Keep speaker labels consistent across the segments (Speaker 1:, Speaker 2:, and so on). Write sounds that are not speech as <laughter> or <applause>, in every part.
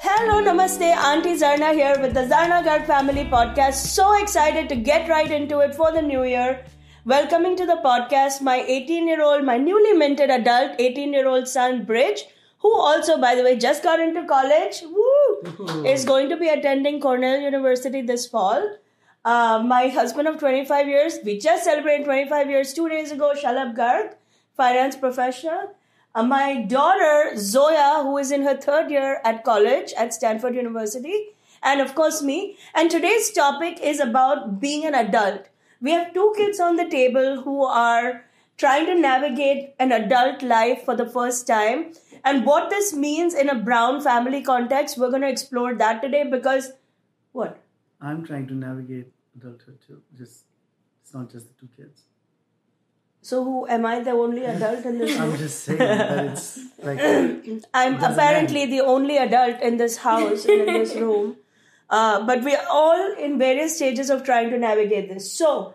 Speaker 1: Hello, namaste. Auntie Zarna here with the Zarna Garg Family Podcast. So excited to get right into it for the new year. Welcoming to the podcast my 18 year old, my newly minted adult 18 year old son, Bridge, who also, by the way, just got into college. Woo! is going to be attending Cornell University this fall. Uh, my husband of 25 years, we just celebrated 25 years two days ago, Shalab Garg, finance professional. Uh, my daughter Zoya, who is in her third year at college at Stanford University, and of course me. And today's topic is about being an adult. We have two kids on the table who are trying to navigate an adult life for the first time. And what this means in a brown family context, we're going to explore that today because what?
Speaker 2: I'm trying to navigate adulthood too. Just it's not just the two kids.
Speaker 1: So, who am I the only adult in this
Speaker 2: <laughs> I'm just saying that it's
Speaker 1: <laughs>
Speaker 2: like yeah,
Speaker 1: I'm
Speaker 2: Doesn't
Speaker 1: apparently the only adult in this house and in this room. Uh, but we are all in various stages of trying to navigate this. So,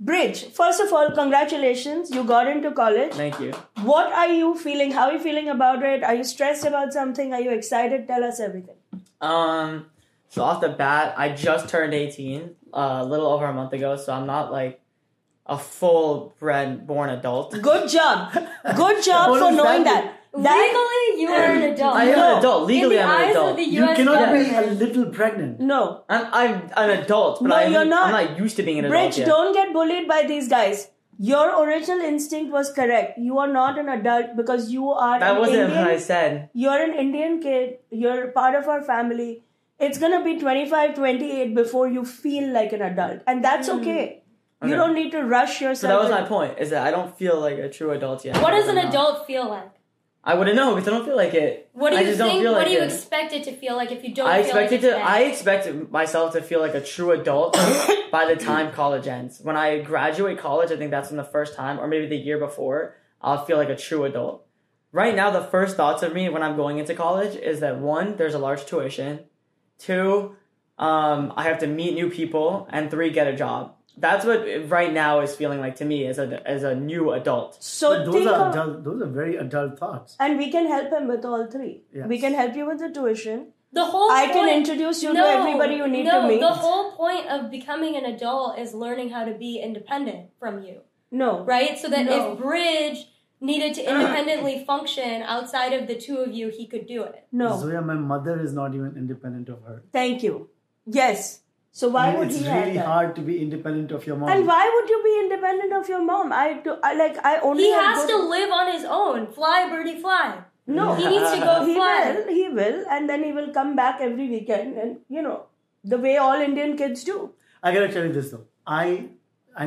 Speaker 1: Bridge, first of all, congratulations. You got into college.
Speaker 3: Thank you.
Speaker 1: What are you feeling? How are you feeling about it? Are you stressed about something? Are you excited? Tell us everything.
Speaker 3: Um, so off the bat, I just turned 18 uh, a little over a month ago, so I'm not like a full bred born adult.
Speaker 1: Good job. Good job
Speaker 2: What
Speaker 1: for
Speaker 2: does
Speaker 1: knowing that.
Speaker 2: that
Speaker 1: That,
Speaker 4: Legally, you are an adult.
Speaker 3: I am
Speaker 1: No.
Speaker 3: an adult. Legally,
Speaker 4: in the
Speaker 3: I'm an
Speaker 4: eyes
Speaker 3: adult.
Speaker 4: of the
Speaker 2: you
Speaker 4: U.S.
Speaker 2: cannot be a
Speaker 4: government.
Speaker 2: little pregnant.
Speaker 1: no.
Speaker 3: I'm, I'm an adult, but
Speaker 1: No,
Speaker 3: I'm,
Speaker 1: you're not.
Speaker 3: I'm not used to being an adult.
Speaker 1: Bridge,
Speaker 3: yet.
Speaker 1: don't get bullied by these guys. Your original instinct was correct. You are not an adult because you are
Speaker 3: That
Speaker 1: an
Speaker 3: wasn't
Speaker 1: Indian
Speaker 3: what I said.
Speaker 1: you're an Indian kid, you're part of our family. It's gonna be 25, 28 before you feel like an adult, and that's okay. You
Speaker 3: Hmm. Okay.
Speaker 1: don't need to rush yourself.
Speaker 3: So that was
Speaker 1: in-
Speaker 3: my point. Is that I don't feel like a true adult yet.
Speaker 4: What
Speaker 3: I
Speaker 4: does an
Speaker 3: don't know.
Speaker 4: adult feel like?
Speaker 3: I wouldn't know because I don't feel like it.
Speaker 4: What do
Speaker 3: I
Speaker 4: you
Speaker 3: just
Speaker 4: think?
Speaker 3: don't feel
Speaker 4: what
Speaker 3: like
Speaker 4: do you
Speaker 3: it.
Speaker 4: expect it to feel like if you don't?
Speaker 3: I
Speaker 4: feel like
Speaker 3: expected
Speaker 4: it's
Speaker 3: to.
Speaker 4: bad?
Speaker 3: I expected myself to feel like a true adult <coughs> by the time college ends. When I graduate college, I think that's when the first time, or maybe the year before, I'll feel like a true adult. Right now, the first thoughts of me when I'm going into college is that one, there's a large tuition. Two, um, I have to meet new people, and three, get a job. That's what it- right now is feeling like to me as a as a new adult.
Speaker 1: so
Speaker 2: But those
Speaker 1: think
Speaker 2: are
Speaker 1: of,
Speaker 2: adult, those are very adult thoughts.
Speaker 1: and we can help him with all three.
Speaker 2: Yes.
Speaker 1: We can help you with the tuition.
Speaker 4: the whole.
Speaker 1: I can
Speaker 4: point-
Speaker 1: introduce you
Speaker 4: no,
Speaker 1: to everybody you need
Speaker 4: no,
Speaker 1: to meet.
Speaker 4: the whole point of becoming an adult is learning how to be independent from you,
Speaker 1: no,
Speaker 4: right? So that
Speaker 1: No.
Speaker 4: if Bridge needed to independently function outside of the two of you, he could do it.
Speaker 1: no.
Speaker 2: Zoya, my mother is not even independent of her.
Speaker 1: Thank you. Yes. So why
Speaker 2: I mean,
Speaker 1: would
Speaker 2: it's
Speaker 1: he
Speaker 2: really
Speaker 1: have that?
Speaker 2: hard to be independent of your mom.
Speaker 4: Um,
Speaker 1: And why would you be independent of your mom? I do. I like. I only.
Speaker 4: He
Speaker 1: have
Speaker 4: has
Speaker 1: good-
Speaker 4: to live on his own. Fly, birdie, fly.
Speaker 1: No,
Speaker 4: He needs to go
Speaker 1: he
Speaker 4: fly.
Speaker 1: will, he will, and then he will come back every weekend, and you know the way all Indian kids do.
Speaker 2: I gotta tell you this though. I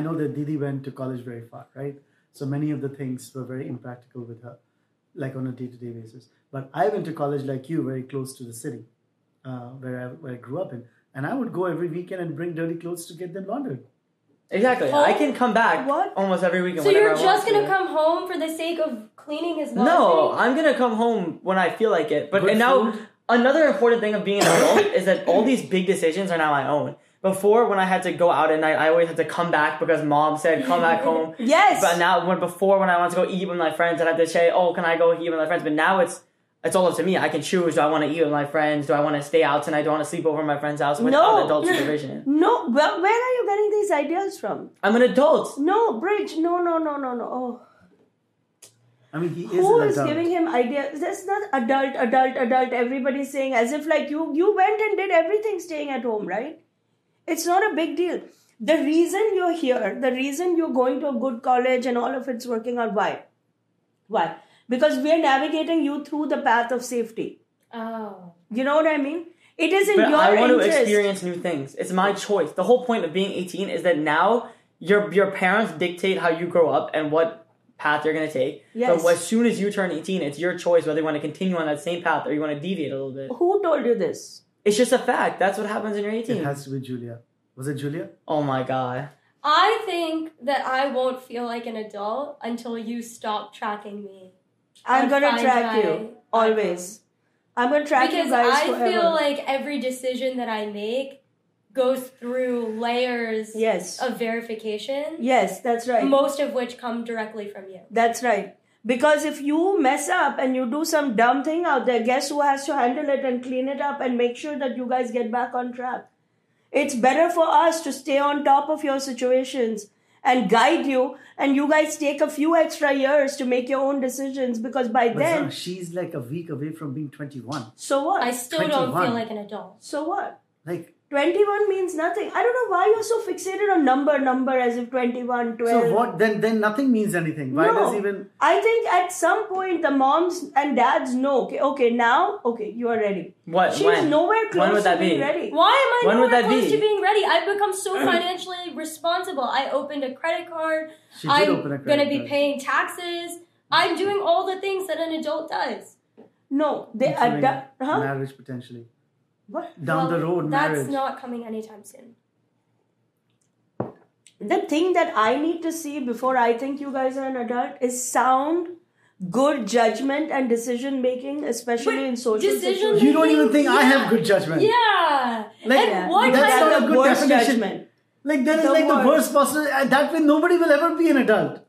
Speaker 2: I know that Didi went to college very far, right? So many of the things were very impractical with her, like on a day-to-day basis. But I went to college like you, very close to the city, uh, where I where I grew up in, and I would go every weekend and bring dirty clothes to get them laundered.
Speaker 3: Exactly, I can come back
Speaker 1: What?
Speaker 3: almost every weekend.
Speaker 4: So
Speaker 3: whenever
Speaker 4: you're
Speaker 3: I
Speaker 4: just
Speaker 3: want
Speaker 4: gonna
Speaker 3: to.
Speaker 4: come home for the sake of cleaning his laundry?
Speaker 3: No, I'm gonna come home when I feel like it. But
Speaker 2: Good
Speaker 3: and now
Speaker 2: food.
Speaker 3: another important thing of
Speaker 2: <coughs>
Speaker 3: being an adult is that all these big decisions are now my own. Before, when I had to go out at night, I always had to come back because mom said come back
Speaker 2: <laughs>
Speaker 3: home.
Speaker 1: Yes,
Speaker 3: But now, when before when I wanted to go eat with my friends, I'd have to say, "Oh, can I go eat with my friends?" But now it's it's all up to me. I can choose. Do I want to eat with my friends? Do I want to stay out tonight? Do I want to sleep over at my friend's house without
Speaker 1: No.
Speaker 3: adult supervision?
Speaker 2: <laughs>
Speaker 1: no. Well, where are you getting these ideas from?
Speaker 3: I'm an adult.
Speaker 1: No, Bridge. No, no, no, no, no. Oh,
Speaker 2: I mean, he is
Speaker 1: who
Speaker 2: an
Speaker 1: is
Speaker 2: adult.
Speaker 1: giving him ideas? That's not adult, adult, adult. Everybody's saying as if like you you went and did everything staying at home, right? It's not a big deal. The reason you're here, the reason you're going to a good college and all of it's working out, why? Why? Because we are navigating you through the path of safety.
Speaker 4: Oh.
Speaker 1: You know what I mean? It is in
Speaker 3: But
Speaker 1: your
Speaker 3: I want
Speaker 1: interest.
Speaker 3: to experience new things. It's my choice. The whole point of being 18 is that now your your parents dictate how you grow up and what path you're going to take.
Speaker 1: Yes.
Speaker 3: But as soon as you turn 18, it's your choice whether you want to continue on that same path or you want to deviate a little bit.
Speaker 1: Who told you this?
Speaker 3: It's just a fact. That's what happens when you're
Speaker 2: It
Speaker 3: 18.
Speaker 2: has to be Julia. Was it Julia?
Speaker 3: Oh my god.
Speaker 4: I think that I won't feel like an adult until you stop tracking me.
Speaker 1: I'm
Speaker 4: I'll
Speaker 1: gonna
Speaker 4: find
Speaker 1: track
Speaker 4: my
Speaker 1: you always. I'm gonna track
Speaker 4: Because
Speaker 1: you guys
Speaker 4: I
Speaker 1: forever.
Speaker 4: feel like every decision that I make goes through layers
Speaker 1: yes,
Speaker 4: of verification,
Speaker 1: yes, that's right.
Speaker 4: most of which come directly from you.
Speaker 1: That's right. Because if you mess up and you do some dumb thing out there, guess who has to handle it and clean it up and make sure that you guys get back on track? It's better for us to stay on top of your situations and guide you, and you guys take a few extra years to make your own decisions because by
Speaker 2: But
Speaker 1: then,
Speaker 2: Zara, she's like a week away from being 21.
Speaker 1: so what?
Speaker 4: I still don't
Speaker 2: 21.
Speaker 4: feel like an adult.
Speaker 1: so what?
Speaker 2: Like,
Speaker 1: 21 means nothing. I don't know why you're so fixated on number, number as if 21, 12.
Speaker 2: so what? Then then nothing means anything. Why
Speaker 1: No.
Speaker 2: does even.
Speaker 1: I think at some point the moms and dads know, okay, okay, now, okay, you are ready.
Speaker 3: What?
Speaker 1: She's
Speaker 3: when?
Speaker 1: nowhere close
Speaker 3: when would that
Speaker 1: to being
Speaker 3: be?
Speaker 1: ready.
Speaker 4: Why am I
Speaker 3: When would
Speaker 4: nowhere
Speaker 3: that
Speaker 4: close
Speaker 3: be?
Speaker 4: to being ready? I've become
Speaker 3: <clears throat>
Speaker 4: so financially responsible. I opened a credit card.
Speaker 2: She did
Speaker 4: I'm
Speaker 2: open a
Speaker 4: gonna
Speaker 2: credit
Speaker 4: be
Speaker 2: card.
Speaker 4: paying taxes. I'm doing all the things that an adult does.
Speaker 1: No, they are
Speaker 2: Including
Speaker 1: da- huh?
Speaker 2: Marriage potentially.
Speaker 1: What?
Speaker 2: Down
Speaker 4: Well,
Speaker 2: the road,
Speaker 4: that's
Speaker 2: marriage.
Speaker 4: not coming anytime soon.
Speaker 1: The thing that I need to see before I think you guys are an adult is sound, good judgment and decision making, especially
Speaker 4: But
Speaker 1: in social
Speaker 4: decision-
Speaker 1: situations.
Speaker 2: you don't even think I have good judgment.
Speaker 4: Yeah.
Speaker 2: Like,
Speaker 4: and
Speaker 1: Yeah,
Speaker 4: what
Speaker 2: that's
Speaker 4: kind
Speaker 2: not
Speaker 4: of
Speaker 2: a good
Speaker 1: worst
Speaker 2: definition.
Speaker 1: judgment.
Speaker 2: Like that is
Speaker 1: The
Speaker 2: like the
Speaker 1: worst.
Speaker 2: worst possible. and That way, nobody will ever be an adult.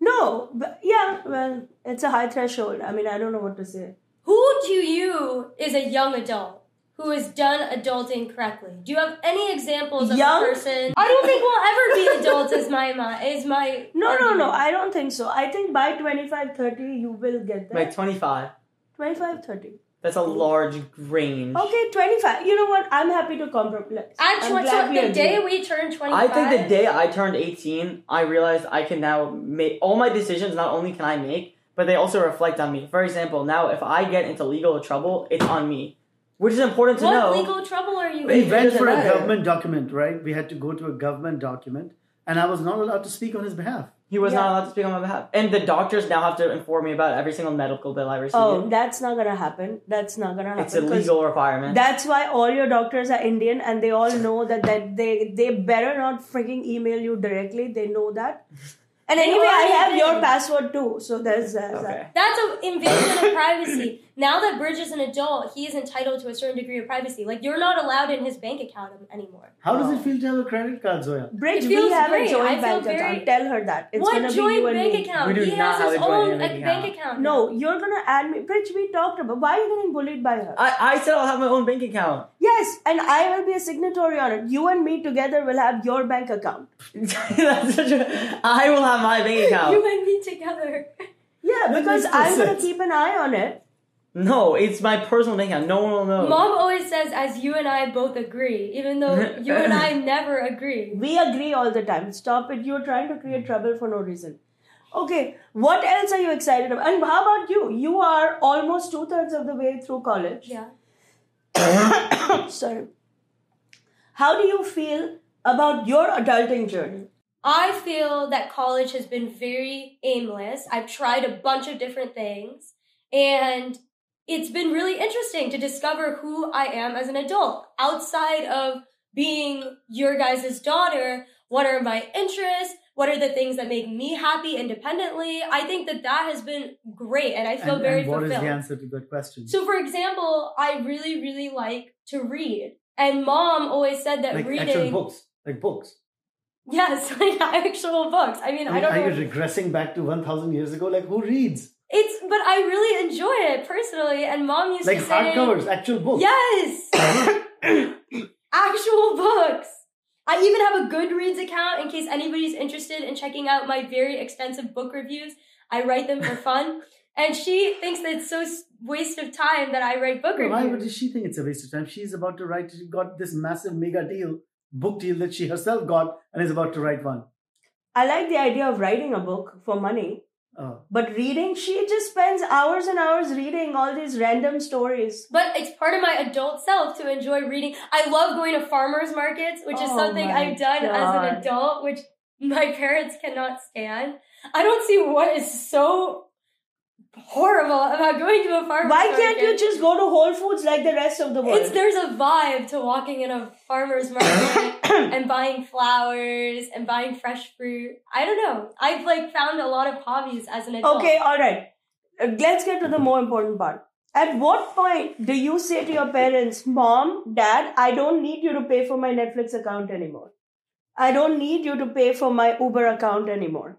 Speaker 1: No, but yeah, well, it's a high threshold. I mean, I don't know what to say.
Speaker 4: Who to you is a young adult who has done adulting correctly? Do you have any examples of
Speaker 1: Young?
Speaker 4: a person? I don't think we'll ever be adults. is my mi- is my
Speaker 1: No, no, no,
Speaker 4: argument.
Speaker 1: I don't think so. I think by 25, 30, you will get there.
Speaker 3: Like 25.
Speaker 1: 25, 30.
Speaker 3: That's a large range.
Speaker 1: Okay, 25. You know what? I'm happy to compromise. I'm
Speaker 4: Actually,
Speaker 1: glad
Speaker 4: so
Speaker 1: we
Speaker 4: the
Speaker 1: agree.
Speaker 4: day we turn
Speaker 3: I
Speaker 4: 25,
Speaker 3: think the day I turned 18, I realized I can now make all my decisions. Not only can I make, but they also reflect on me. For example, now if I get into legal trouble, it's on me, which is important to
Speaker 4: what
Speaker 3: know.
Speaker 4: legal trouble are you
Speaker 2: We
Speaker 3: Wait,
Speaker 4: in?
Speaker 2: went
Speaker 3: doesn't
Speaker 2: for a
Speaker 3: matter.
Speaker 2: government document, right? We had to go to a government document, and I was not allowed to speak on his behalf.
Speaker 3: He was
Speaker 1: Yeah.
Speaker 3: not allowed to speak on my behalf, and the doctors now have to inform me about every single medical bill I receive.
Speaker 1: Oh, that's not gonna happen. That's not gonna happen.
Speaker 3: it's a
Speaker 1: 'cause
Speaker 3: legal requirement.
Speaker 1: That's why all your doctors are Indian and they all know that, that they they better not freaking email you directly. They know that. And
Speaker 4: They
Speaker 1: anyway, I
Speaker 4: already
Speaker 1: have your
Speaker 4: did.
Speaker 1: password too. So there's, uh, there's
Speaker 3: okay.
Speaker 4: That's an invasion of privacy. Now that Bridge is an adult, he is entitled to a certain degree of privacy. Like you're not allowed in his bank account anymore.
Speaker 2: How does
Speaker 1: Wow.
Speaker 2: it feel to have a credit card, Zoya?
Speaker 1: that. Bridge,
Speaker 4: It
Speaker 1: we
Speaker 4: feels
Speaker 1: have
Speaker 4: great.
Speaker 1: a joint
Speaker 4: I feel
Speaker 1: bank
Speaker 4: very-
Speaker 1: account. Tell her that. It's
Speaker 4: what
Speaker 1: gonna be
Speaker 4: joint
Speaker 1: you and
Speaker 4: bank
Speaker 1: me.
Speaker 4: account?
Speaker 3: We do
Speaker 4: he
Speaker 3: not
Speaker 4: has
Speaker 3: have
Speaker 4: his
Speaker 3: a joint
Speaker 4: own
Speaker 3: bank
Speaker 4: bank account.
Speaker 1: No, you're gonna add me. Bridge, we talked about why are you getting bullied by her?
Speaker 3: I, I said I'll have my own bank account. <laughs>
Speaker 1: Yes, and I will be a signatory on it. You and me together will have your bank account.
Speaker 3: That's such a, I will have my bank account.
Speaker 4: You and me together.
Speaker 1: Yeah,
Speaker 2: That
Speaker 1: because
Speaker 2: makes no
Speaker 1: I'm gonna
Speaker 2: sense.
Speaker 1: keep an eye on it.
Speaker 3: <laughs> No, it's my personal bank account. No one will know.
Speaker 4: Mom always says, as you and I both agree, even though you and I never
Speaker 1: <laughs>
Speaker 4: agree.
Speaker 1: We agree all the time. Stop it. You're trying to create trouble for no reason. Okay, what else are you excited about? And how about you? You are almost two thirds of the way through college.
Speaker 4: Yeah.
Speaker 1: Sorry. How do you feel about your adulting journey?
Speaker 4: I feel that college has been very aimless. I've tried a bunch of different things, and it's been really interesting to discover who I am as an adult. Outside of being your guys' daughter, what are my interests? What are the things that make me happy independently? I think that that has been great, and I feel
Speaker 2: and,
Speaker 4: very
Speaker 2: and what is
Speaker 4: fulfilled.
Speaker 2: the answer to that question?
Speaker 4: So, for example, I really, really like to read. And mom always said that
Speaker 2: like actual
Speaker 4: reading.
Speaker 2: books, like books.
Speaker 4: Yes, <laughs> like actual books. I mean, I,
Speaker 2: I mean,
Speaker 4: don't know.
Speaker 2: are you regressing back to one thousand years ago? Like who reads?
Speaker 4: It's, but I really enjoy it personally. And mom used
Speaker 2: Like
Speaker 4: to say.
Speaker 2: hardcovers, actual books.
Speaker 4: Yes!
Speaker 2: <coughs>
Speaker 4: actual books. I even have a Goodreads account in case anybody's interested in checking out my very extensive book reviews. I write them for fun. And she thinks that it's so s- waste of time that I write book
Speaker 2: Why would
Speaker 4: reviews.
Speaker 2: she think it's a waste of time? She's about to write. She got this massive mega deal, book deal that she herself got, and is about to write one.
Speaker 1: I like the idea of writing a book for money,
Speaker 2: Oh.
Speaker 1: but reading, she just spends hours and hours reading all these random stories.
Speaker 4: But it's part of my adult self to enjoy reading. I love going to farmers markets, which is
Speaker 1: Oh
Speaker 4: something
Speaker 1: my
Speaker 4: I've done as
Speaker 1: God.
Speaker 4: an adult, which my <laughs> parents cannot stand. I don't see what is so horrible about going to a farmers
Speaker 1: Why
Speaker 4: market.
Speaker 1: can't you just go to Whole Foods like the rest of the world?
Speaker 4: It's there's a vibe to walking in a farmer's
Speaker 1: <coughs>
Speaker 4: market and buying flowers and buying fresh fruit. I don't know. I've like found a lot of hobbies as an adult.
Speaker 1: Okay, all right. Uh, Let's get to the more important part. At what point do you say to your parents, Mom, Dad, I don't need you to pay for my Netflix account anymore? I don't need you to pay for my Uber account anymore.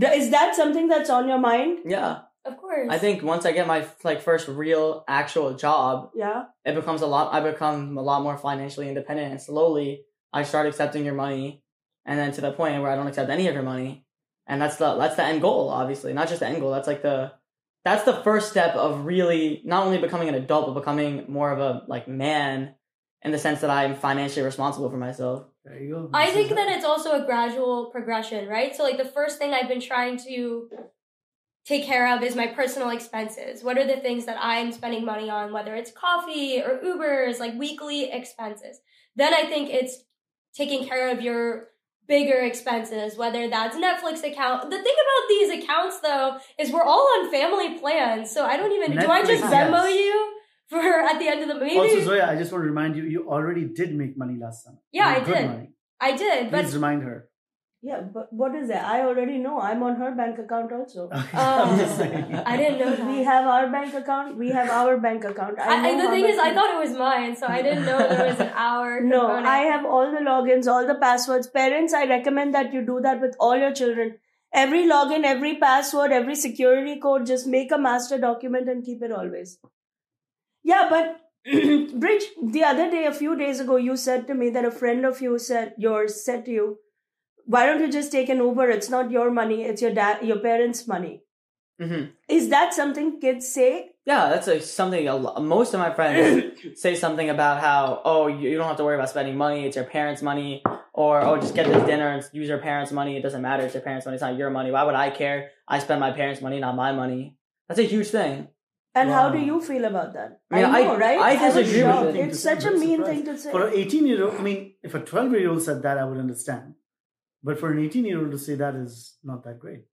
Speaker 1: Th- Is that something that's on your mind?
Speaker 3: yeah,
Speaker 4: Of course.
Speaker 3: I think once I get my like first real actual job,
Speaker 1: Yeah.
Speaker 3: it becomes a lot. I become a lot more financially independent, and slowly I start accepting your money, and then to the point where I don't accept any of your money, and that's the that's the end goal. Obviously, not just the end goal. That's like the that's the first step of really not only becoming an adult but becoming more of a like man in the sense that I'm financially responsible for myself.
Speaker 2: There you go.
Speaker 4: I
Speaker 2: This
Speaker 4: think
Speaker 2: is
Speaker 4: that
Speaker 2: it.
Speaker 4: it's also a gradual progression, right? So, like, the first thing I've been trying to take care of is my personal expenses. What are the things that I'm spending money on, whether it's coffee or Ubers, like weekly expenses? Then I think it's taking care of your bigger expenses, whether that's Netflix account. The thing about these accounts, though, is we're all on family plans. So, I don't even, do I just
Speaker 2: Netflix,
Speaker 4: Venmo
Speaker 2: yes.
Speaker 4: you? For at the end of the maybe
Speaker 2: Also, Zoya, I just want to remind you, you already did make money last summer. You
Speaker 4: Yeah, I
Speaker 2: made good
Speaker 4: did.
Speaker 2: Money.
Speaker 4: I did, but
Speaker 2: Please remind her. <laughs>
Speaker 1: Yeah, but what is that? I already know. I'm on her bank account
Speaker 4: <laughs>
Speaker 1: also.
Speaker 2: <laughs> I'm
Speaker 1: Oh. <laughs>
Speaker 2: just saying.
Speaker 4: um, I didn't know that.
Speaker 1: We have our bank account. We have our bank account.
Speaker 4: I, I,
Speaker 1: know
Speaker 4: the
Speaker 1: how
Speaker 4: thing
Speaker 1: much
Speaker 4: is, I
Speaker 1: we-
Speaker 4: thought it was mine, so I didn't know there was
Speaker 1: <laughs>
Speaker 4: an hour.
Speaker 1: No,
Speaker 4: component.
Speaker 1: I have all the logins, all the passwords. Parents, I recommend that you do that with all your children. Every login, every password, every security code, just make a master document and keep it always. Yeah, but <clears throat> Bridge, the other day, a few days ago, you said to me that a friend of you said yours said to you, "Why don't you just take an Uber? It's not your money; it's your dad, your parents' money."
Speaker 3: Mm-hmm.
Speaker 1: Is that something kids say?
Speaker 3: Yeah, that's like something. A lo- most of my friends say something about how, oh, you, you don't have to worry about spending money; it's your parents' money, or oh, just get this dinner and use your parents' money. It doesn't matter; it's your parents' money. It's not your money. Why would I care? I spend my parents' money, not my money. That's a huge thing.
Speaker 1: And how do
Speaker 2: Wow.
Speaker 1: you feel about that?
Speaker 3: I mean, I-
Speaker 1: know, right?
Speaker 3: I
Speaker 1: was
Speaker 3: disagree with
Speaker 1: shocked.
Speaker 3: it.
Speaker 1: It's such a mean thing to say.
Speaker 2: For an 18 year old, I mean, if a 12 year old said that, I would understand. But for an 18 year old to say that is not that great.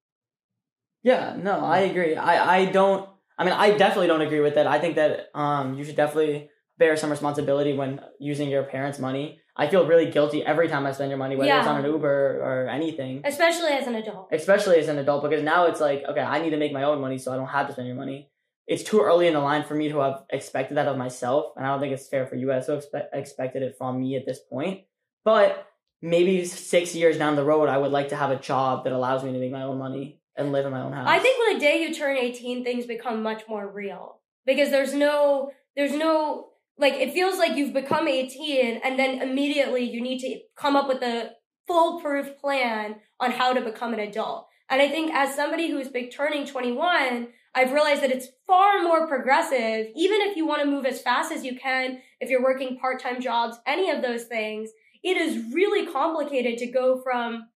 Speaker 3: Yeah, no, I agree. I, I don't. I mean, I definitely don't agree with that. I think that um, you should definitely bear some responsibility when using your parents' money. I feel really guilty every time I spend your money, whether it's
Speaker 4: Yeah.
Speaker 3: on an Uber or anything.
Speaker 4: especially as an adult.
Speaker 3: especially as an adult, because now it's like, okay, I need to make my own money, so I don't have to spend your money. It's too early in the line for me to have expected that of myself, and I don't think it's fair for you guys to have expe- expected it from me at this point. But maybe six years down the road, I would like to have a job that allows me to make my own money and live in my own house.
Speaker 4: I think the day you turn eighteen, things become much more real because there's no, there's no like it feels like you've become eighteen, and then immediately you need to come up with a foolproof plan on how to become an adult. And I think as somebody who's big turning twenty one. I've realized that it's far more progressive, even if you want to move as fast as you can, if you're working part time jobs, any of those things, it is really complicated to go from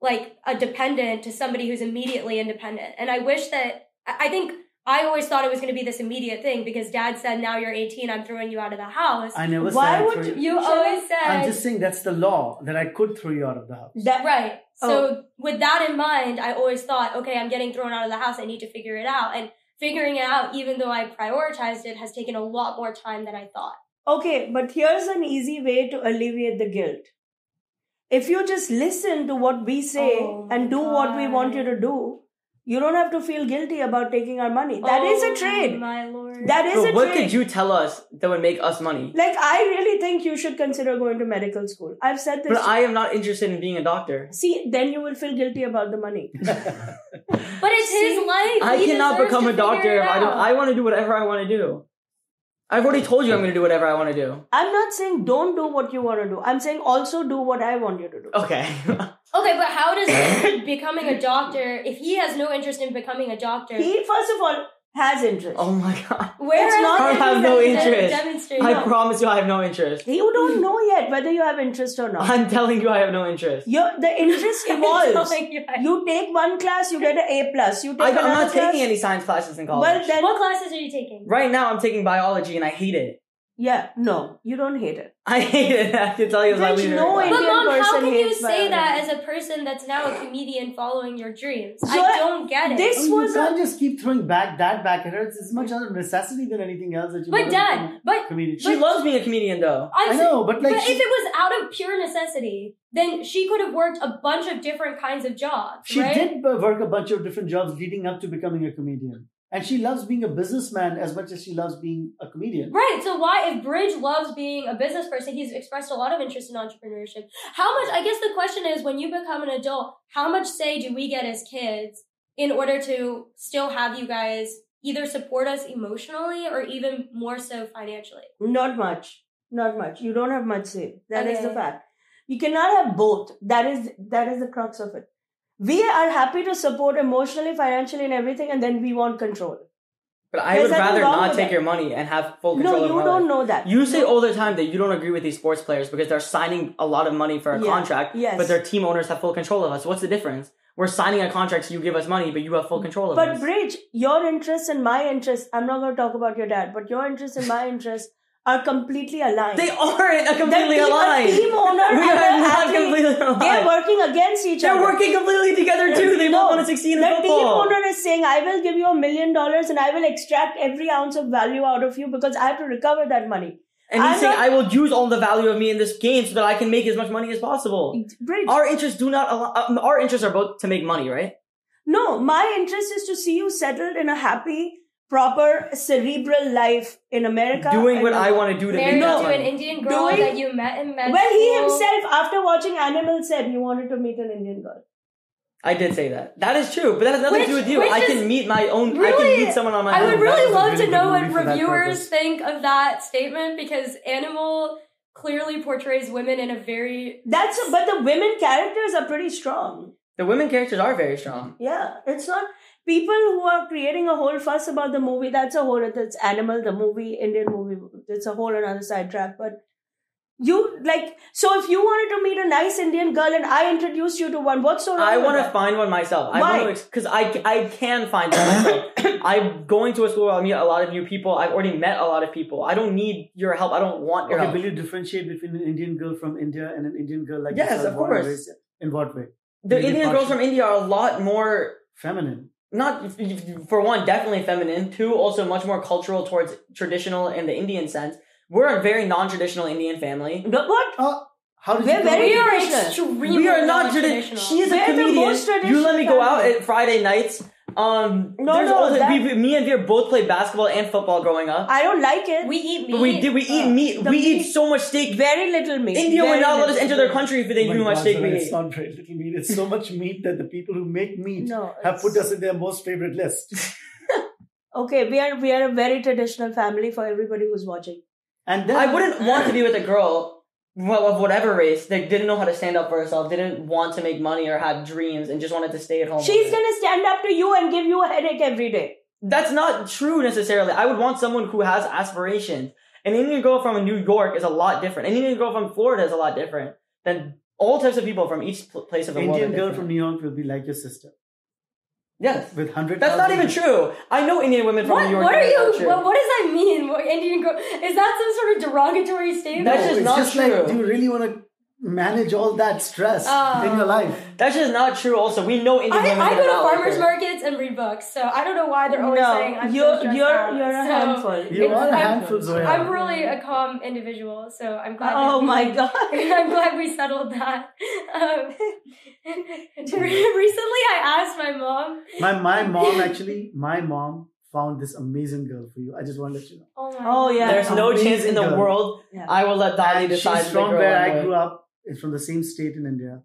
Speaker 4: like a dependent to somebody who's immediately independent. And I wish that, I I think I always thought it was going to be this immediate thing because dad said, now you're 18, I'm throwing you out of the house.
Speaker 2: I never
Speaker 1: Why
Speaker 2: said
Speaker 1: would
Speaker 2: throw-
Speaker 1: you-
Speaker 4: you always said,
Speaker 2: I'm just saying that's the law that I could throw you out of the house.
Speaker 1: That
Speaker 4: Right.
Speaker 1: Oh.
Speaker 4: So with that in mind, I always thought, okay, I'm getting thrown out of the house. I need to figure it out. And figuring it out, even though I prioritized it, has taken a lot more time than I thought.
Speaker 1: Okay, but here's an easy way to alleviate the guilt. If you just listen to what we say
Speaker 4: Oh
Speaker 1: and do
Speaker 4: my
Speaker 1: what we want you
Speaker 4: God.
Speaker 1: to do, you don't have to feel guilty about taking our money. That is
Speaker 4: Oh,
Speaker 1: a trade.
Speaker 4: My lord.
Speaker 1: That is
Speaker 3: But
Speaker 1: a
Speaker 3: what
Speaker 1: trade.
Speaker 3: could you tell us that would make us money?
Speaker 1: like, I really think you should consider going to medical school. I've said this.
Speaker 3: But I am not interested in being a doctor.
Speaker 1: See, then you will feel guilty about the
Speaker 3: <laughs>
Speaker 1: money.
Speaker 4: but it's his life.
Speaker 3: I
Speaker 4: He
Speaker 3: cannot
Speaker 4: deserves
Speaker 3: become
Speaker 4: to
Speaker 3: a doctor
Speaker 4: figure it
Speaker 3: if I don't.
Speaker 4: out.
Speaker 3: I want to do whatever I want to do. I've already told you I'm going to do whatever I want to do.
Speaker 1: I'm not saying don't do what you want to do. I'm saying also do what I want you to do.
Speaker 3: Okay. <laughs>
Speaker 4: okay, but
Speaker 3: <coughs>
Speaker 4: how does becoming a doctor, if he has no interest in becoming a doctor,
Speaker 1: He, first of all, has interest.
Speaker 3: oh my god.
Speaker 4: where
Speaker 1: It's
Speaker 4: is
Speaker 1: not-
Speaker 4: the
Speaker 1: I
Speaker 3: have no
Speaker 4: interest that
Speaker 3: interest.
Speaker 4: demonstrated?
Speaker 3: I
Speaker 4: <laughs>
Speaker 3: promise you, I have no interest.
Speaker 1: You don't know yet whether you have interest or not.
Speaker 3: I'm telling you, I have no interest.
Speaker 1: Your, the
Speaker 4: <laughs>
Speaker 1: interest
Speaker 4: It's
Speaker 1: evolves.
Speaker 4: like, yeah.
Speaker 1: You take one class, you get an A plus. You take
Speaker 3: I, I'm
Speaker 1: another
Speaker 3: not
Speaker 1: class.
Speaker 3: taking any science classes in college.
Speaker 1: Well, then,
Speaker 4: What classes are you taking?
Speaker 3: right now, I'm taking biology, and I hate it.
Speaker 1: yeah, no, you don't hate it.
Speaker 3: I hate it. <laughs> I can tell you, as my
Speaker 1: There's
Speaker 3: leader.
Speaker 1: no
Speaker 4: But
Speaker 1: Indian
Speaker 4: mom, how
Speaker 1: person
Speaker 4: can you
Speaker 1: hates
Speaker 4: say
Speaker 1: biology.
Speaker 4: that as a person that's now a comedian following your dreams? I
Speaker 1: Zoe,
Speaker 4: don't get it.
Speaker 1: This
Speaker 2: I mean, you
Speaker 1: was a,
Speaker 2: can't just keep throwing back that back at her. It's as much out of necessity than anything else that you.
Speaker 4: but
Speaker 2: want to
Speaker 4: dad,
Speaker 2: become
Speaker 4: but
Speaker 2: a comedian.
Speaker 3: She loves being a comedian, though.
Speaker 4: I'm
Speaker 2: I know, but
Speaker 4: But
Speaker 2: like,
Speaker 4: if
Speaker 2: she-
Speaker 4: it was out of pure necessity, then she could have worked a bunch of different kinds of jobs,
Speaker 2: She
Speaker 4: right?
Speaker 2: did b- work a bunch of different jobs leading up to becoming a comedian. And she loves being a businessman as much as she loves being a comedian.
Speaker 4: Right. So why, if Bridge loves being a business person, he's expressed a lot of interest in entrepreneurship. How much? I guess the question is, when you become an adult, how much say do we get as kids in order to still have you guys either support us emotionally or even more so financially.
Speaker 1: Not much. Not much. You don't have much say. That is the
Speaker 4: Okay.
Speaker 1: fact. You cannot have both. That is that is the crux of it. We are happy to support emotionally, financially, and everything, and then we want control.
Speaker 3: But I
Speaker 1: There's
Speaker 3: would
Speaker 1: nothing
Speaker 3: rather
Speaker 1: wrong
Speaker 3: not
Speaker 1: with
Speaker 3: take
Speaker 1: that.
Speaker 3: your money and have full control.
Speaker 1: No,
Speaker 3: of
Speaker 1: you
Speaker 3: my
Speaker 1: don't
Speaker 3: life.
Speaker 1: know that.
Speaker 3: You say all the time that you don't agree with these sports players because they're signing a lot of money for a
Speaker 1: Yeah,
Speaker 3: contract,
Speaker 1: yes.
Speaker 3: but their team owners have full control of us. What's the difference? We're signing a contract, so you give us money, but you have full control of
Speaker 1: But
Speaker 3: us.
Speaker 1: Bridge, your interests and my interests, I'm not going to talk about your dad, but your interests and my interests are completely aligned.
Speaker 3: they aren't a
Speaker 1: They're
Speaker 3: completely
Speaker 1: te- a
Speaker 3: aligned.
Speaker 1: team owner and
Speaker 3: we are
Speaker 1: an
Speaker 3: not
Speaker 1: athlete.
Speaker 3: completely aligned.
Speaker 1: They're working against each
Speaker 3: They're
Speaker 1: other.
Speaker 3: working completely together too. They both want to succeed in
Speaker 1: the
Speaker 3: football.
Speaker 1: team owner is saying, I will give you a million dollars and I will extract every ounce of value out of you because I have to recover that money.
Speaker 3: and he's
Speaker 1: I'm
Speaker 3: saying,
Speaker 1: not-
Speaker 3: "I will use all the value of me in this game so that I can make as much money as possible."
Speaker 1: Bridge.
Speaker 3: Our interests do not. Allow, um, our interests are both to make money, right?
Speaker 1: no, my interest is to see you settled in a happy, proper, cerebral life in America.
Speaker 3: Doing
Speaker 1: and
Speaker 3: what
Speaker 1: in-
Speaker 3: I want to do to
Speaker 4: Married
Speaker 3: make that
Speaker 4: to an
Speaker 3: money.
Speaker 4: Indian girl
Speaker 1: Doing-
Speaker 4: that you met in med
Speaker 1: Well, he
Speaker 4: school.
Speaker 1: himself, after watching Animal, said he wanted to meet an Indian girl.
Speaker 3: I did say that. That is true, but that has nothing to do
Speaker 4: Which-
Speaker 3: with you.
Speaker 4: which
Speaker 3: I
Speaker 4: is
Speaker 3: can meet my own. I
Speaker 4: really-
Speaker 3: can meet someone on my
Speaker 4: I
Speaker 3: own.
Speaker 4: would
Speaker 2: that
Speaker 4: really
Speaker 2: was a
Speaker 4: love
Speaker 2: really
Speaker 4: to
Speaker 2: good
Speaker 4: know what
Speaker 2: movie for that
Speaker 4: reviewers
Speaker 2: purpose.
Speaker 4: think of that statement because Animal clearly portrays women in a very
Speaker 1: That's but the women characters are pretty strong.
Speaker 3: the women characters are very strong.
Speaker 1: Yeah, it's not people who are creating a whole fuss about the movie. That's a whole. It's animal, the movie, Indian movie. It's a whole another sidetrack. But you like so if you wanted to meet a nice Indian girl and I introduced you to one, what's so wrong?
Speaker 3: I
Speaker 1: with
Speaker 3: want to
Speaker 1: that?
Speaker 3: find one myself. I
Speaker 1: Why?
Speaker 3: want to because I I can find one myself. I'm going to a school where I meet a lot of new people. I've already met a lot of people. I don't need your help. I don't want your
Speaker 2: Okay,
Speaker 3: help.
Speaker 2: will you differentiate between an Indian girl from India and an Indian girl like
Speaker 3: Yes,
Speaker 2: yourself,
Speaker 3: of
Speaker 2: born and
Speaker 3: course.
Speaker 2: raised- In what way?
Speaker 3: the
Speaker 2: Maybe
Speaker 3: Indian girls
Speaker 2: partial.
Speaker 3: from India are a lot more
Speaker 2: Feminine.
Speaker 3: not f- f- for one definitely feminine two also much more cultural towards traditional in the indian sense we're a very non-traditional indian family
Speaker 1: No, what?
Speaker 2: Oh, how did
Speaker 1: We're
Speaker 2: you know
Speaker 1: very-
Speaker 4: we are
Speaker 1: traditional.
Speaker 4: extremely
Speaker 3: we are not
Speaker 4: traditional.
Speaker 3: traditional she's a
Speaker 1: We're the
Speaker 3: comedian
Speaker 1: most traditional
Speaker 3: you let me go out
Speaker 1: family.
Speaker 3: at friday nights um
Speaker 1: No,
Speaker 3: there's
Speaker 1: no,
Speaker 3: also,
Speaker 1: that-
Speaker 3: we, we- me and Veer both played basketball and football growing up
Speaker 1: I don't like it.
Speaker 4: we eat meat.
Speaker 3: but we did we eat
Speaker 1: uh,
Speaker 3: meat
Speaker 1: the
Speaker 3: we eat
Speaker 1: meat-
Speaker 3: so much steak
Speaker 1: very little meat.
Speaker 3: india
Speaker 1: Very
Speaker 3: would not let us
Speaker 1: little.
Speaker 3: enter their country if they
Speaker 2: Oh
Speaker 3: knew
Speaker 2: my
Speaker 3: how much
Speaker 2: God,
Speaker 3: steak
Speaker 2: Zara,
Speaker 3: we
Speaker 2: It's
Speaker 3: ate
Speaker 2: not very little meat. It's so much meat that the people who make meat
Speaker 1: No,
Speaker 2: have put
Speaker 1: it's-
Speaker 2: us in their most favorite list.
Speaker 1: Okay, we are we are a very traditional family for everybody who's watching.
Speaker 2: And then
Speaker 3: I wouldn't want to be with a girl well, of whatever race that didn't know how to stand up for herself, didn't want to make money or had dreams, and just wanted to stay at home.
Speaker 1: She's gonna stand up to you and give you a headache every day.
Speaker 3: That's not true necessarily. I would want someone who has aspirations. An Indian girl from New York is a lot different. An Indian girl from Florida is a lot different than all types of people from each pl- place of the world.
Speaker 2: Indian
Speaker 3: are
Speaker 2: girl
Speaker 3: different.
Speaker 2: from New York will be like your sister
Speaker 3: yes.
Speaker 2: with hundred.
Speaker 3: That's not even true. I know Indian women from
Speaker 4: What,
Speaker 3: New York.
Speaker 4: what
Speaker 3: that
Speaker 4: are you?
Speaker 3: not true.
Speaker 4: What, what does that mean? What, Indian girl? Is that some sort of derogatory statement?
Speaker 3: That's just
Speaker 2: it's
Speaker 3: not
Speaker 2: just
Speaker 3: true.
Speaker 2: like do you really want to manage all that stress
Speaker 4: Oh.
Speaker 2: in your life?
Speaker 3: That's just not true. Also, we know Indian
Speaker 4: I,
Speaker 3: women.
Speaker 4: I
Speaker 3: that are
Speaker 4: go to
Speaker 3: not like
Speaker 4: farmers
Speaker 3: her.
Speaker 4: markets and read books, so I don't know why they're always saying
Speaker 1: No,
Speaker 4: I'm so
Speaker 1: you're
Speaker 4: stressed
Speaker 1: you're
Speaker 4: out.
Speaker 1: you're a
Speaker 4: So,
Speaker 1: handful.
Speaker 4: <laughs>
Speaker 2: You
Speaker 4: It's-
Speaker 2: are a
Speaker 4: I'm-
Speaker 2: handful, Zoya.
Speaker 4: I'm really a calm individual, so I'm glad.
Speaker 1: Oh
Speaker 4: that <laughs> we-
Speaker 1: my god.
Speaker 4: I'm glad we settled that. Um, <laughs> recently, I asked my mom.
Speaker 2: my
Speaker 4: <laughs>
Speaker 2: my mom actually, my mom found this amazing girl for you. I just want to let you know.
Speaker 4: Oh, my
Speaker 1: Oh, yeah.
Speaker 3: There's no
Speaker 2: Amazing
Speaker 3: chance in the
Speaker 2: girl.
Speaker 3: world
Speaker 1: Yeah.
Speaker 3: I will let Dottie
Speaker 2: And
Speaker 3: decide
Speaker 2: she's
Speaker 3: the
Speaker 2: from
Speaker 3: girl
Speaker 2: where
Speaker 3: I'm
Speaker 2: I
Speaker 3: with.
Speaker 2: grew up. It's from the same state in India.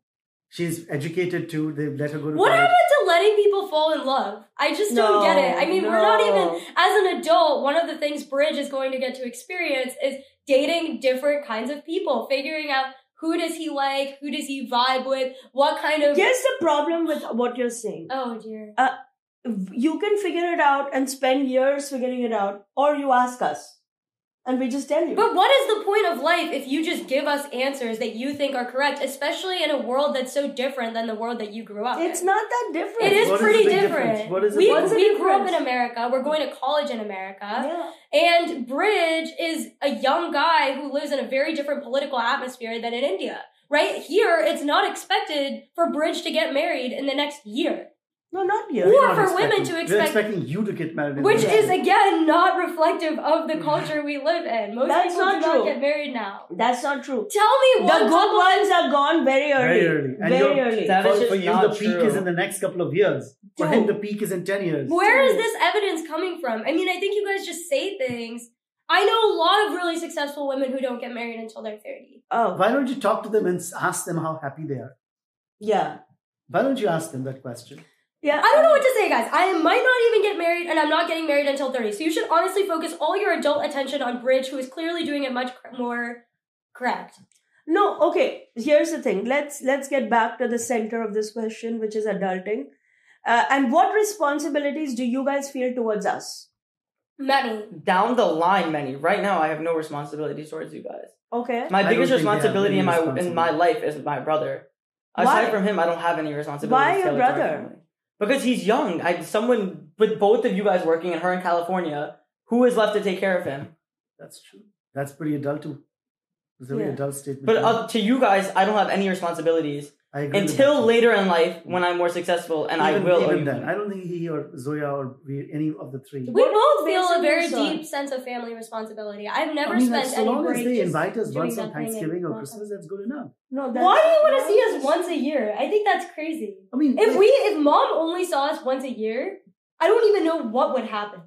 Speaker 2: She's educated too. They've let her go to
Speaker 4: What
Speaker 2: college.
Speaker 4: happened to letting people fall in love? I just don't
Speaker 1: No,
Speaker 4: get it. I mean, we're not
Speaker 1: no.
Speaker 4: even as an adult. One of the things Bridge is going to get to experience is dating different kinds of people, figuring out who does he like, who does he vibe with, what kind of.
Speaker 1: Here's the problem with what you're saying.
Speaker 4: Oh dear.
Speaker 1: You can figure it out and spend years figuring it out, or you ask us, and we just tell you.
Speaker 4: But what is the point of life if you just give us answers that you think are correct, especially in a world that's so different than the world that you grew up in?
Speaker 1: it's not that different.
Speaker 4: It is
Speaker 2: What is
Speaker 4: pretty
Speaker 2: the big
Speaker 4: different.
Speaker 2: difference? What is the
Speaker 4: we
Speaker 1: difference?
Speaker 4: we grew up in
Speaker 1: What's the
Speaker 4: America. We're going to college in America,
Speaker 1: Yeah.
Speaker 4: and Bridge is a young guy who lives in a very different political atmosphere than in India. Right here, it's not expected for Bridge to get married in the next year,
Speaker 1: No, not
Speaker 2: We're
Speaker 1: you.
Speaker 4: or
Speaker 2: not
Speaker 4: for women
Speaker 2: expecting-
Speaker 4: to
Speaker 2: We're
Speaker 4: expect.
Speaker 2: expecting you to get married. in
Speaker 4: Which
Speaker 2: the
Speaker 4: is
Speaker 2: West.
Speaker 4: again not reflective of the culture we live in. Most
Speaker 1: That's
Speaker 4: people
Speaker 1: not
Speaker 4: do not
Speaker 1: true.
Speaker 4: get married now.
Speaker 1: That's not true.
Speaker 4: Tell me
Speaker 1: The
Speaker 4: one
Speaker 1: good
Speaker 4: couple-
Speaker 1: ones are gone very early.
Speaker 2: Very early. And
Speaker 1: Very
Speaker 2: you're-
Speaker 1: early.
Speaker 3: That
Speaker 2: for,
Speaker 3: is just
Speaker 2: for you,
Speaker 3: not
Speaker 2: the peak
Speaker 3: true.
Speaker 2: is in the next couple of years. For
Speaker 1: Dude.
Speaker 2: him, the peak is in ten years.
Speaker 4: Where is this evidence coming from? I mean, I think you guys just say things. I know a lot of really successful women who don't get married until they're 30.
Speaker 1: Oh,
Speaker 2: Why don't you talk to them and s- ask them how happy they are?
Speaker 1: yeah.
Speaker 2: Why don't you ask them that question?
Speaker 1: Yeah.
Speaker 4: I don't know what to say, guys. I might not even get married, and I'm not getting married until 30. So you should honestly focus all your adult attention on Bridge, who is clearly doing it much cr- more correct.
Speaker 1: No, okay. Here's the thing. Let's let's get back to the center of this question, which is adulting. Uh, and what responsibilities do you guys feel towards us?
Speaker 4: Many.
Speaker 3: Down the line, many. Right now, I have no responsibility towards you guys.
Speaker 1: Okay.
Speaker 3: My
Speaker 2: I don't
Speaker 3: biggest
Speaker 2: think they have
Speaker 3: responsibility
Speaker 2: any
Speaker 3: in my in
Speaker 2: responsibility.
Speaker 3: my life is my brother.
Speaker 1: Why?
Speaker 3: Aside from him, I don't have any responsibility.
Speaker 1: Why your brother?
Speaker 3: Because he's young. I someone with both of you guys working and her in California. Who is left to take care of him?
Speaker 2: That's true. That's pretty adult too. It's a very
Speaker 1: Yeah.
Speaker 2: adult statement.
Speaker 3: But
Speaker 2: yeah.
Speaker 3: up to you guys, I don't have any responsibilities
Speaker 2: Mm-hmm. I agree with
Speaker 3: until
Speaker 2: that.
Speaker 3: later in life when I'm more successful and I
Speaker 2: Even-
Speaker 3: will. owe
Speaker 2: Even
Speaker 3: you
Speaker 2: then, I
Speaker 3: money.
Speaker 2: don't think he or Zoya or we, any of the three.
Speaker 4: We
Speaker 1: What
Speaker 4: both
Speaker 1: is
Speaker 4: feel a
Speaker 1: basing
Speaker 4: very
Speaker 1: this on?
Speaker 4: deep sense of family responsibility. I've never
Speaker 2: I mean,
Speaker 4: spent
Speaker 2: like, so
Speaker 4: any
Speaker 2: long as
Speaker 4: break
Speaker 2: they
Speaker 4: just
Speaker 2: invite us
Speaker 4: doing
Speaker 2: once on
Speaker 4: nothing and
Speaker 2: Thanksgiving or
Speaker 4: welcome.
Speaker 2: Christmas, that's good enough.
Speaker 1: No, that's,
Speaker 4: Why do you want
Speaker 1: why
Speaker 4: to see
Speaker 1: is-
Speaker 4: us once a year? I think that's crazy.
Speaker 2: I mean,
Speaker 4: If we, if mom only saw us once a year, I don't even know what would happen.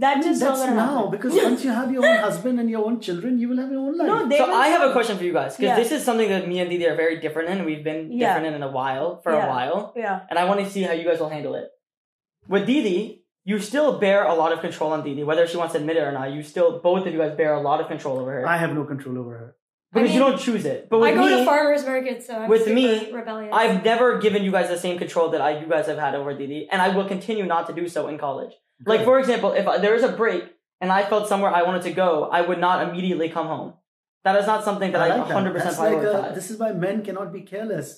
Speaker 1: That
Speaker 3: Mm,
Speaker 2: I mean,
Speaker 1: just not
Speaker 2: that's
Speaker 1: gonna
Speaker 2: now
Speaker 1: happen.
Speaker 2: because once you have your
Speaker 4: <laughs>
Speaker 2: own husband and your own children, you will have your own life.
Speaker 1: No, they
Speaker 3: So
Speaker 1: will-
Speaker 3: I have a question for you guys because
Speaker 1: Yeah.
Speaker 3: this is something that me and Didi are very different in. We've been
Speaker 1: Yeah.
Speaker 3: different in, in a while for
Speaker 1: Yeah.
Speaker 3: a while.
Speaker 1: Yeah.
Speaker 3: and I want to see how you guys will handle it. With Didi, you still bear a lot of control on Didi, whether she wants to admit it or not. You still, both of you guys, bear a lot of control over her
Speaker 2: I have no control over her.
Speaker 3: because
Speaker 4: I
Speaker 3: you
Speaker 4: mean,
Speaker 3: don't choose it. But
Speaker 4: I
Speaker 3: with
Speaker 4: go to
Speaker 3: me,
Speaker 4: farmers market, so I'm
Speaker 3: with
Speaker 4: super
Speaker 3: me,
Speaker 4: rebellious.
Speaker 3: I've never given you guys the same control that I you guys have had over Didi, and I will continue not to do so in college. Like for example, if I- there was a break and I felt somewhere I wanted to go, I would not immediately come home. That is not something that I,
Speaker 2: like that.
Speaker 3: 100%
Speaker 2: That's like
Speaker 3: prioritize.
Speaker 2: a, this is why men cannot be careless.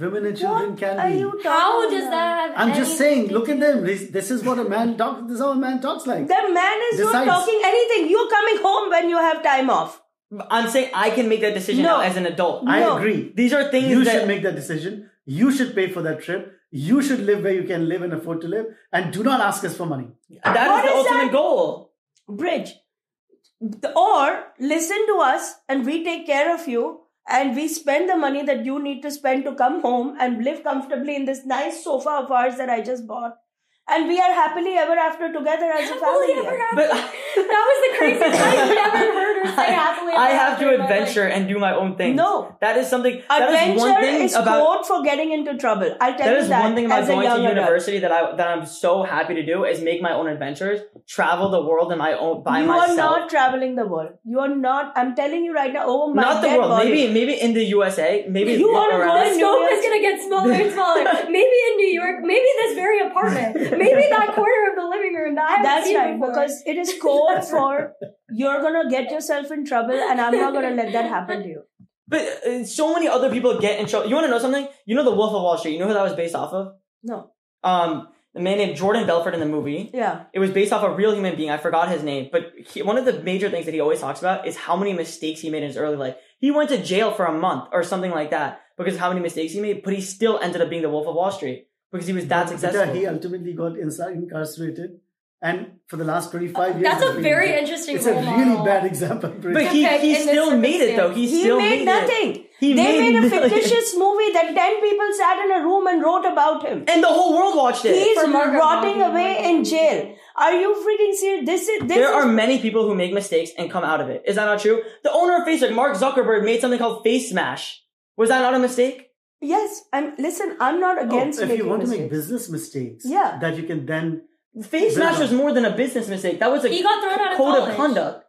Speaker 2: Women and children
Speaker 1: What
Speaker 2: can
Speaker 1: are
Speaker 2: be.
Speaker 1: you talking
Speaker 4: How does
Speaker 1: about?
Speaker 4: that have?
Speaker 2: I'm just saying,
Speaker 4: anything
Speaker 2: look
Speaker 4: to
Speaker 2: at them. This, this is what a man talks. This is how a man talks like.
Speaker 1: The man is not
Speaker 2: Decides.
Speaker 1: talking anything. You're coming home when you have time off.
Speaker 3: I'm saying I can make that decision
Speaker 1: No.
Speaker 3: now as an adult.
Speaker 2: I
Speaker 1: No.
Speaker 2: agree.
Speaker 3: These are things
Speaker 2: You
Speaker 3: that
Speaker 2: should make that decision. You should pay for that trip. You should live where you can live and afford to live. And do not ask us for money.
Speaker 3: that
Speaker 1: What
Speaker 3: is the
Speaker 1: is that?
Speaker 3: ultimate goal.
Speaker 1: Bridge. The- Or listen to us and we take care of you and we spend the money that you need to spend to come home and live comfortably in this nice sofa of ours that I just bought. And we are happily ever after together as a
Speaker 4: Happily
Speaker 1: family.
Speaker 4: ever
Speaker 1: <laughs>
Speaker 4: after.
Speaker 3: But
Speaker 4: That was
Speaker 3: <laughs>
Speaker 4: the craziest thing I've ever heard her say happily.
Speaker 3: I
Speaker 4: ever
Speaker 3: have
Speaker 4: after
Speaker 3: to
Speaker 4: in my life.
Speaker 3: adventure and do my own thing.
Speaker 1: No.
Speaker 3: that is something. That is one
Speaker 1: Adventure
Speaker 3: thing
Speaker 1: is
Speaker 3: about.
Speaker 1: code for getting into trouble. I'll tell
Speaker 3: That
Speaker 1: you
Speaker 3: is
Speaker 1: that
Speaker 3: one thing about
Speaker 1: as a
Speaker 3: going
Speaker 1: young
Speaker 3: to
Speaker 1: adult.
Speaker 3: university that I that I'm so happy to do is make my own adventures, travel the world in my own by
Speaker 1: you
Speaker 3: myself.
Speaker 1: are not traveling the world. You are not. I'm telling you right now. Oh my
Speaker 3: Not the
Speaker 1: dead
Speaker 3: world.
Speaker 1: body.
Speaker 3: Maybe maybe in the USA. Maybe
Speaker 1: You
Speaker 3: walk
Speaker 1: wanna go
Speaker 3: around.
Speaker 4: The
Speaker 1: New
Speaker 4: scope
Speaker 1: York-
Speaker 4: is gonna get smaller and smaller.
Speaker 3: <laughs>
Speaker 4: maybe in New York, maybe this very apartment, maybe that corner of the living room that I haven't
Speaker 1: That's
Speaker 4: seen
Speaker 1: right,
Speaker 4: before.
Speaker 1: because it is code for <laughs> you're gonna get yourself in trouble, and I'm not gonna let that happen to you.
Speaker 3: But uh, so many other people get in trouble. You want to know something? You know the Wolf of Wall Street. You know who that was based off of?
Speaker 1: No,
Speaker 3: Um, the man named Jordan Belfort in the movie.
Speaker 1: yeah,
Speaker 3: It was based off a real human being. I forgot his name, but he, one of the major things that he always talks about is how many mistakes he made in his early life. He went to jail for a month or something like that because of how many mistakes he made, but he still ended up being the Wolf of Wall Street because he was that
Speaker 2: Peter,
Speaker 3: successful.
Speaker 2: he ultimately got insa- incarcerated. And for the last 25 years.
Speaker 4: that's
Speaker 2: he's
Speaker 4: a
Speaker 2: been
Speaker 4: very
Speaker 2: incarcerated.
Speaker 4: interesting.
Speaker 2: It's a
Speaker 4: role
Speaker 2: really
Speaker 4: model.
Speaker 2: bad example.
Speaker 3: but
Speaker 2: But
Speaker 3: he,
Speaker 4: Okay,
Speaker 3: he
Speaker 4: in this
Speaker 3: still made it though. He
Speaker 1: he
Speaker 3: still
Speaker 1: made,
Speaker 3: made, it.
Speaker 1: nothing.
Speaker 3: He
Speaker 1: they made, a
Speaker 3: nothing.
Speaker 1: fictitious movie that ten people sat in a room and wrote about him.
Speaker 3: <laughs> and the whole world watched it.
Speaker 1: He's
Speaker 4: For Margaret
Speaker 1: rotting
Speaker 4: Martin,
Speaker 1: away
Speaker 4: Martin.
Speaker 1: in jail. Are you freaking serious? This is this is
Speaker 3: there are many people who make mistakes and come out of it. Is that not true? The owner of Facebook, Mark Zuckerberg, made something called Face Smash. Was that not a mistake?
Speaker 1: yes. I'm listen. I'm not against
Speaker 2: if
Speaker 1: making
Speaker 2: you want to make
Speaker 1: mistakes.
Speaker 2: business mistakes,
Speaker 1: Yeah.
Speaker 2: that you can then.
Speaker 3: Face Smash
Speaker 2: Brutal.
Speaker 3: was more than a business mistake. That was a
Speaker 4: He got thrown out of
Speaker 3: code
Speaker 4: college.
Speaker 3: of conduct.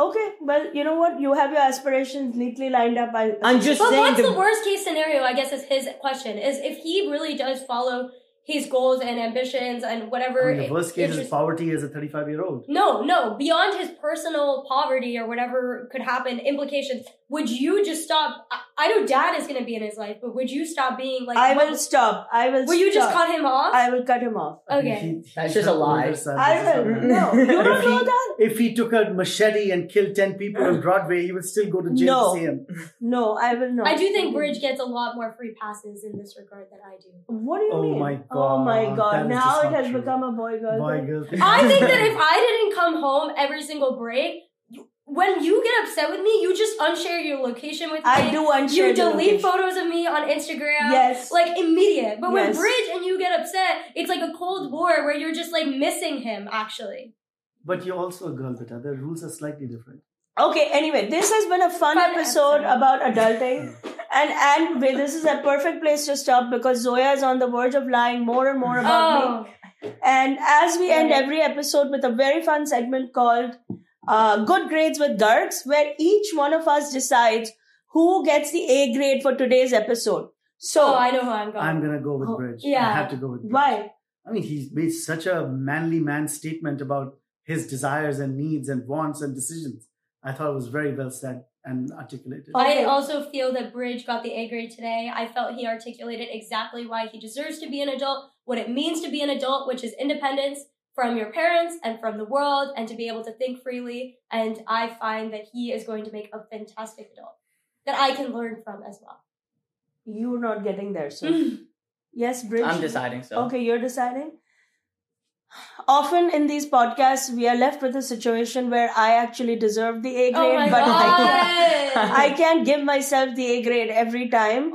Speaker 1: okay, well, you know what? You have your aspirations neatly lined up. I,
Speaker 3: I'm just
Speaker 4: But
Speaker 3: saying
Speaker 4: what's
Speaker 3: the-
Speaker 4: the worst case scenario? I guess is his question: is if he really does follow his goals and ambitions and
Speaker 2: I
Speaker 4: whatever.
Speaker 2: mean, the worst case is
Speaker 4: interest-
Speaker 2: poverty as a 35 year old.
Speaker 4: No, no. Beyond his personal poverty or whatever could happen, implications. Would you just stop? I, I know Dad is going to be in his life, but would you stop being like?
Speaker 1: I
Speaker 4: what-
Speaker 1: will stop. I will.
Speaker 4: Will you just
Speaker 1: stop.
Speaker 4: cut him off?
Speaker 1: I will cut him off.
Speaker 4: Okay.
Speaker 3: That's just a lie.
Speaker 1: I will. No, you don't
Speaker 2: If he-
Speaker 1: know that.
Speaker 2: If he took a machete and killed 10 people on Broadway, he would still go to jail
Speaker 1: No.
Speaker 2: to see him.
Speaker 1: No, I will not.
Speaker 4: I do think Bridge gets a lot more free passes in this regard than I do.
Speaker 1: What do you
Speaker 2: Oh
Speaker 1: mean?
Speaker 2: my
Speaker 1: Oh my
Speaker 2: God,
Speaker 1: god!
Speaker 2: that is
Speaker 1: Now
Speaker 2: just
Speaker 1: it
Speaker 2: not
Speaker 1: has
Speaker 2: true.
Speaker 1: become a boy girl.
Speaker 2: Boy,
Speaker 1: thing.
Speaker 2: girl.
Speaker 4: I think that if I didn't come home every single break, you- when you get upset with me, you just unshare your location with me.
Speaker 1: I do unshare.
Speaker 4: You
Speaker 1: the
Speaker 4: delete
Speaker 1: location.
Speaker 4: photos of me on Instagram.
Speaker 1: Yes.
Speaker 4: Like immediate. But when
Speaker 1: Yes.
Speaker 4: Bridge and you get upset, it's like a cold war where you're just like missing him actually.
Speaker 2: <laughs> But you're also a girl, Beta. The rules are slightly different.
Speaker 1: Okay. Anyway, this has been a fun,
Speaker 4: Fun
Speaker 1: episode
Speaker 4: episode.
Speaker 1: about adulting. And and wait, this is a perfect place to stop because Zoya is on the verge of lying more and more about me.
Speaker 4: Oh,
Speaker 1: And as we end every episode with a very fun segment called uh, Good Grades with Darks, where each one of us decides who gets the A grade for today's episode. So,
Speaker 4: oh, I know who I'm going.
Speaker 2: I'm gonna go with
Speaker 1: Oh,
Speaker 2: Bridge. I
Speaker 4: yeah.
Speaker 2: have to go with Bridge.
Speaker 1: why?
Speaker 2: I mean, he's made such a manly man statement about his desires and needs and wants and decisions. I thought it was very well said and articulated.
Speaker 1: Okay.
Speaker 4: I also feel that Bridge got the A grade today. I felt he articulated exactly why he deserves to be an adult, what it means to be an adult, which is independence from your parents and from the world, and to be able to think freely. And I find that he is going to make a fantastic adult that I can learn from as well.
Speaker 1: You're not getting there. So,
Speaker 4: Mm.
Speaker 1: yes, Bridge.
Speaker 3: I'm deciding so.
Speaker 1: Okay, you're deciding. Often in these podcasts, we are left with a situation where I actually deserve the A grade,
Speaker 4: Oh my
Speaker 1: but I
Speaker 4: god!
Speaker 1: can't, <laughs> I can't give myself the A grade every time.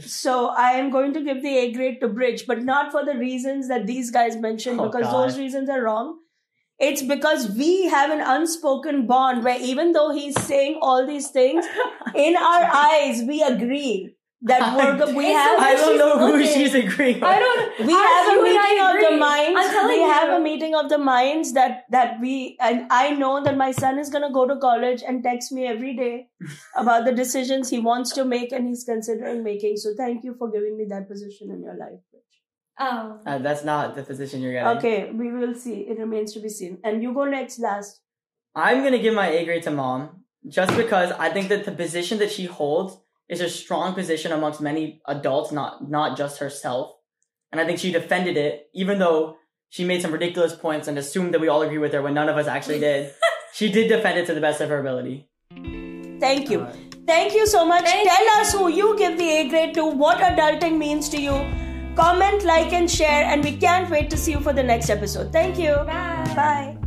Speaker 1: <laughs> So I am going to give the A grade to Bridge, but not for the reasons that these guys mentioned,
Speaker 3: Oh,
Speaker 1: because
Speaker 3: God.
Speaker 1: those reasons are wrong. It's because we have an unspoken bond where even though he's saying all these
Speaker 3: <laughs>
Speaker 1: things, in our eyes, we agree that we're, we
Speaker 4: It's
Speaker 1: have.
Speaker 4: so
Speaker 3: I don't
Speaker 4: she's
Speaker 3: know who
Speaker 4: looking.
Speaker 3: she's agreeing with.
Speaker 4: I don't.
Speaker 1: we
Speaker 4: I-
Speaker 1: have
Speaker 4: you
Speaker 1: a
Speaker 4: and I
Speaker 1: meeting of the
Speaker 4: agree.
Speaker 1: minds.
Speaker 4: I'm telling
Speaker 1: we
Speaker 4: you.
Speaker 1: have a meeting of the minds that that we and I know that my son is gonna go to college and text me every
Speaker 4: <laughs>
Speaker 1: day about the decisions he wants to make and he's considering making. So thank you for giving me that position in your life. Rich.
Speaker 4: Oh.
Speaker 3: Uh, that's not the position you're getting.
Speaker 1: Okay, we will see. It remains to be seen. And you go next, last.
Speaker 3: I'm gonna give my A grade to mom just because I think that the position that she holds is a strong position amongst many adults, not not just herself. And I think she defended it, even though she made some ridiculous points and assumed that we all agree with her when none of us actually
Speaker 4: <laughs>
Speaker 3: did. she did defend it to the best of her ability.
Speaker 1: Thank you. Thank you so much.
Speaker 4: Thank
Speaker 1: Tell us who you give the A grade to, what adulting means to you. Comment, like, and share. And we can't wait to see you for the next episode. Thank you.
Speaker 4: Bye.
Speaker 1: Bye.